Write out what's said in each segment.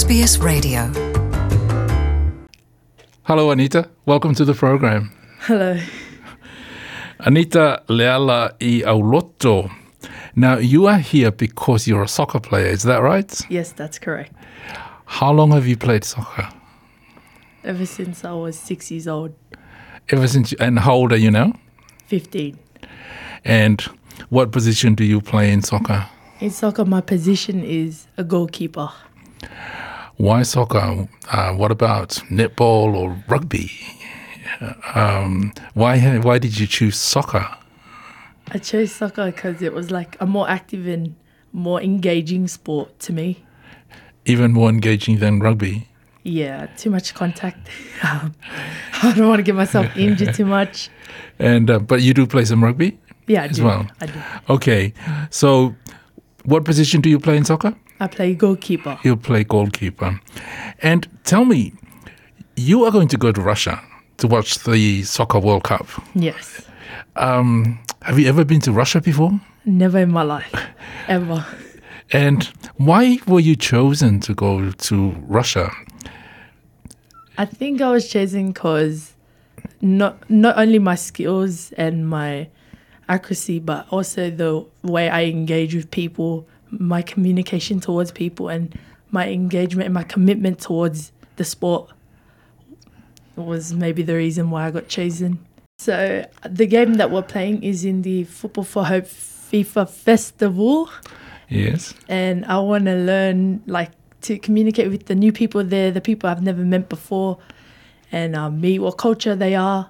SBS Radio. Hello, Anita. Welcome to the program. Hello. Anita Leala i Aulotto. Now, you are here because you're a soccer player, is that right? Yes, that's correct. How long have you played soccer? Ever since I was six years old, Ever since, you, and how old are you now? 15. And what position do you play in soccer? In soccer, my position is a goalkeeper. Why soccer? Uh, what about netball or rugby? Um, why, ha- why did you choose soccer? I chose soccer because it was like a more active and more engaging sport to me. Even more engaging than rugby. Yeah, too much contact. Um, I don't want to get myself injured too much. And uh, But you do play some rugby? Yeah, I As do. well. I do. Okay, so what position do you play in soccer? I play goalkeeper. He'll play goalkeeper. And tell me, you are going to go to Russia to watch the Soccer World Cup. Yes. Um, have you ever been to Russia before? Never in my life, ever. And why were you chosen to go to Russia? I think I was chosen because not not only my skills and my accuracy, but also the way I engage with people, my communication towards people, and my engagement and my commitment towards the sport was maybe the reason why I got chosen. So the game that we're playing is in the Football for Hope FIFA Festival Yes. and I want to learn like to communicate with the new people there, the people I've never met before, and um, meet what culture they are,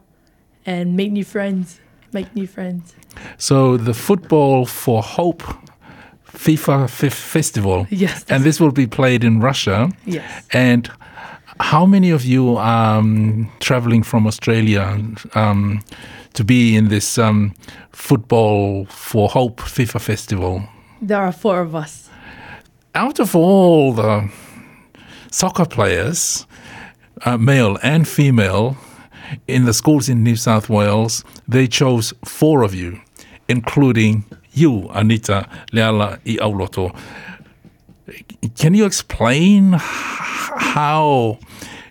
and meet new friends, make new friends. So the Football for Hope FIFA F- Festival. Yes, And this will be played in Russia. yes. And how many of you are um, traveling from Australia um, to be in this um, Football for Hope FIFA festival? There are four of us. Out of all the soccer players, uh, male and female, in the schools in New South Wales, they chose four of you, including you, Anita Leala Iaulotto. Can you explain h- how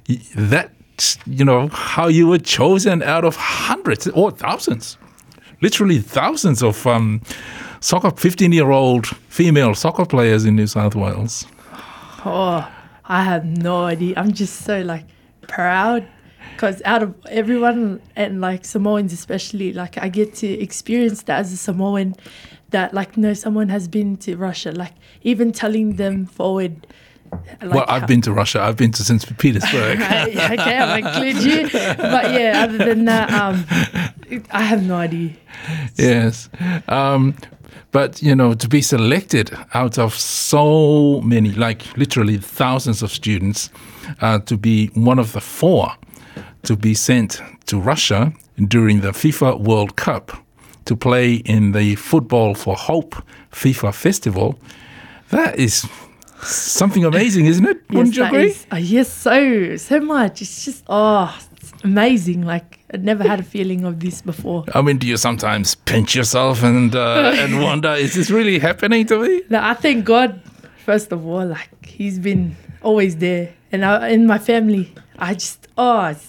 y- that, you know, how you were chosen out of hundreds or thousands, literally thousands of um, soccer, 15 year old female soccer players in New South Wales? Oh, I have no idea. I'm just so like proud because out of everyone and like Samoans especially, like I get to experience that as a Samoan that like no someone has been to Russia. Like even telling them forward. Like, well, I've how- been to Russia, I've been to St. Petersburg. I, okay, I'm include you. But yeah, other than that, um, it- I have no idea. yes. Um, but, you know, to be selected out of so many, like literally thousands of students, uh, to be one of the four to be sent to Russia during the FIFA World Cup to play in the Football for Hope FIFA Festival, that is something amazing, isn't it? Wouldn't you that agree? is- uh, yes, so so much. It's just oh, it's amazing. Like I never had a feeling of this before. I mean, do you sometimes pinch yourself and uh, and wonder, is this really happening to me? No, I thank God. First of all, like he's been always there, and I, in my family, I just oh, it's-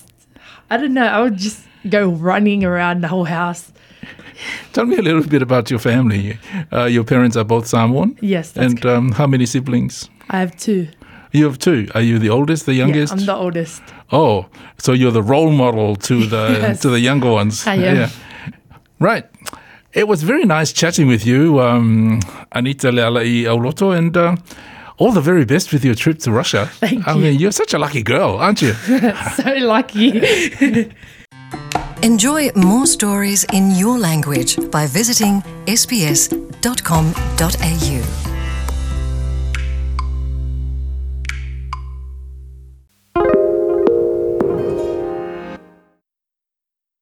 I don't know. I would just go running around the whole house. Tell me a little bit about your family. Uh, your parents are both Samoan, Yes, that's and um, how many siblings? I have two. You have two. Are you the oldest, the Yeah, youngest? I'm the oldest. oh, so you're the role model to the Yes. to the younger ones. I am. Right. It was very nice chatting with you, um, Anita Lealai Auloto, and uh, all the very best with your trip to Russia. Thank I you. mean, you're such a lucky girl, aren't you? so lucky. Enjoy more stories in your language by visiting sbs.com.au.